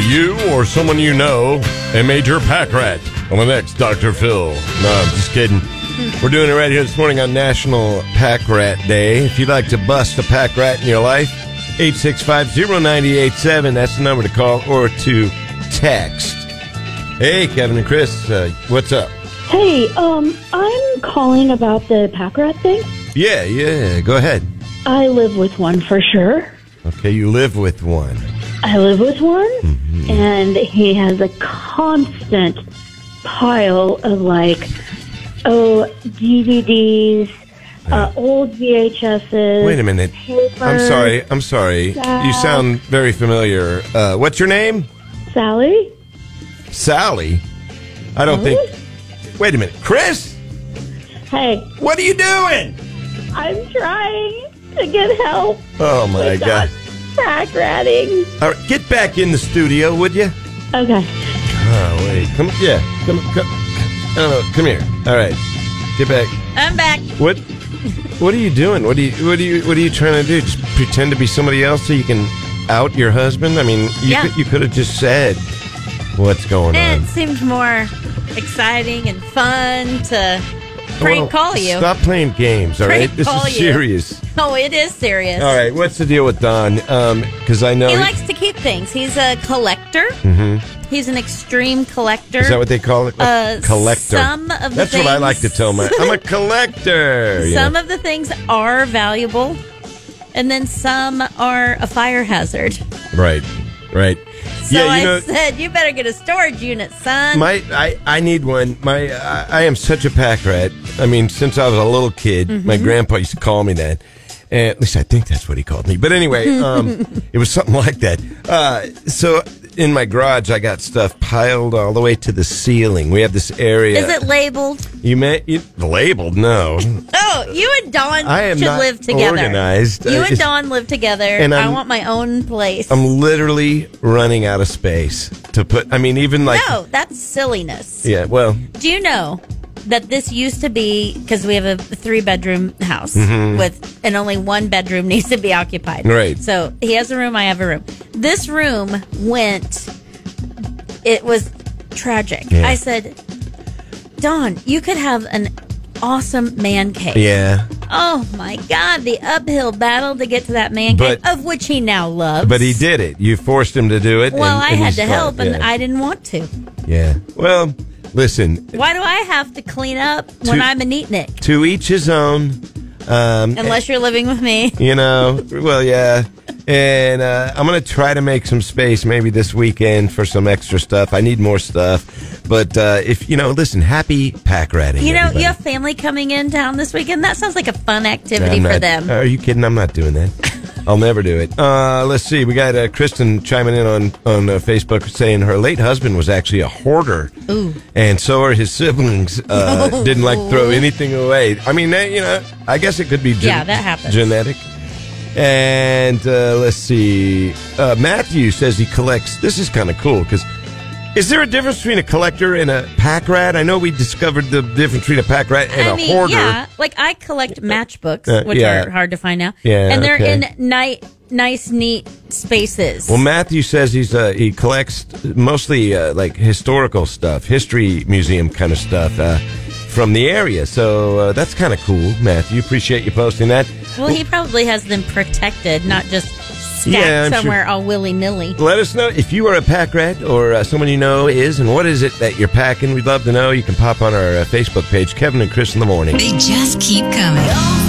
you or someone you know a major pack rat on the next Dr. Phil. No, I'm just kidding. We're doing it right here this morning on National Pack Rat Day. If you'd like to bust a pack rat in your life, 865-0987, that's the number to call or to text. Hey, Kevin and Chris, uh, what's up? Hey, um, I'm calling about the pack rat thing. Yeah, yeah, go ahead. I live with one for sure. Okay, you live with one. I live with one, Mm-hmm. and he has a constant pile of like, oh, DVDs, uh, old VHSs. Wait a minute. I'm papers. sorry. I'm sorry. You sound very familiar. Uh, what's your name? Sally? Sally. I don't think. Wait a minute. Chris, Hey, what are you doing? I'm trying to get help. Oh my with God. that Pack ratting. All right, get back in the studio, would you? Okay. Oh, wait. Come, yeah. Come, come. I don't know. Come here. All right. Get back. I'm back. What? What are you doing? What do you? What do you? What are you trying to do? Just pretend to be somebody else so you can out your husband? I mean, you Yeah. could, you could have just said what's going It on. seemed more exciting and fun to Well, prank call you. Stop playing games, all right? Prank This call is you. serious. Oh, it is serious. All right, what's the deal with Don? Because I know He likes to keep things. He's a collector. Mm-hmm. He's an extreme collector. is that what they call it? A Uh, collector. some of the That's what I like to things- tell my. I'm a collector. you some know. of the things are valuable, and then some are a fire hazard. So right, right. yeah, you I know. said, you better get a storage unit, son. my I, I need one. My I, I am such a pack rat. I mean, since I was a little kid, Mm-hmm. my grandpa used to call me that. And at least I think that's what he called me. But anyway, um, it was something like that. Uh, so in my garage, I got stuff piled all the way to the ceiling. We have this area. Is it labeled? You may you, labeled? No, Oh, you and Don I am should not live together. organized. Uh, You I and just- Don live together. And I I'm- want my own place. I'm literally running out of space to put. I mean, even like no, Oh, that's silliness. yeah. Well, Do you know that this used to be because we have a three bedroom house with and only one bedroom needs to be occupied. Mm-hmm. Right. So he has a room, I have a room. This room went it was tragic. Yeah. I said, Don, you could have an awesome man cave. yeah. Oh my god, the uphill battle to get to that man cave, But- of which he now loves. But he did it. You forced him to do it. Well, and- I and had he's to fine. help and Yeah. I didn't want to. Yeah. Well, listen, Why do I have to clean up when To- I'm a neatnik? to each his own. Um, Unless you're living with me. you know, well, yeah. And uh, I'm going to try to make some space maybe this weekend for some extra stuff. I need more stuff. But uh, if, you know, listen, happy pack ratting. You know, everybody. you have family coming in town this weekend. That sounds like a fun activity I'm for not- them. Are you kidding? I'm not doing that. I'll never do it. Uh, let's see. We got uh, Kristen chiming in on on uh, Facebook saying her late husband was actually a hoarder, Ooh. and so are his siblings. Uh, didn't like to throw anything away. I mean, they, you know, I guess it could be gen- Yeah, that happens. genetic. And uh, let's see. Uh, Matthew says he collects. This is kind of cool because. Is there a difference between a collector and a pack rat? I know we discovered the difference between a pack rat and I a mean, hoarder. yeah, like I collect matchbooks, Uh, which yeah. are hard to find now. Yeah, and they're okay. in ni- nice, neat spaces. Well, Matthew says he's uh, he collects mostly uh, like historical stuff, history museum kind of stuff uh, from the area. So uh, that's kind of cool, Matthew. Appreciate you posting that. well, he probably has them protected, not just stacked Yeah, I'm sure. somewhere all willy nilly. Let us know if you are a pack rat or uh, someone you know is, and what is it that you're packing. We'd love to know. You can pop on our uh, Facebook page, Kevin and Chris in the morning. They just keep coming.